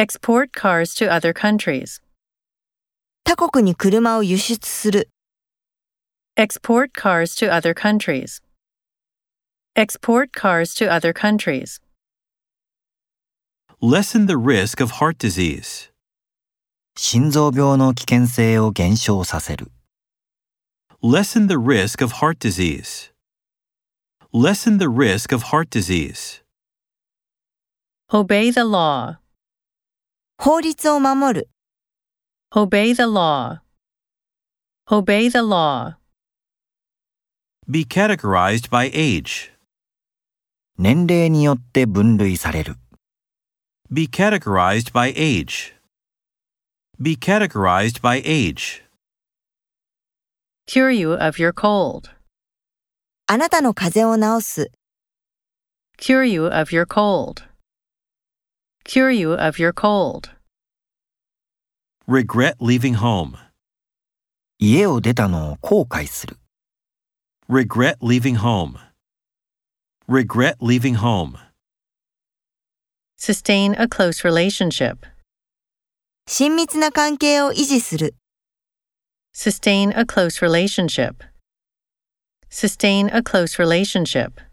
Export cars to other countries. 他国に車を輸出する。 Export cars to other countries. Export cars to other countries. Lessen the risk of heart disease. 心臓病の危険性を減少させる。 Lessen the risk of heart disease. Lessen the risk of heart disease. Obey the law. 法律を守る。 Obey the law. Obey the law. Be categorized by age. 年齢によって分類される。 Be categorized by age. Be categorized by age. Cure you of your cold. あなたの風邪を治す。 Cure you of your cold. Cure you of your cold. Regret leaving home. 家を出たのを後悔する。 Regret leaving home. Regret leaving home. Sustain a close relationship. 親密な関係を維持する。 Sustain a close relationship. Sustain a close relationship.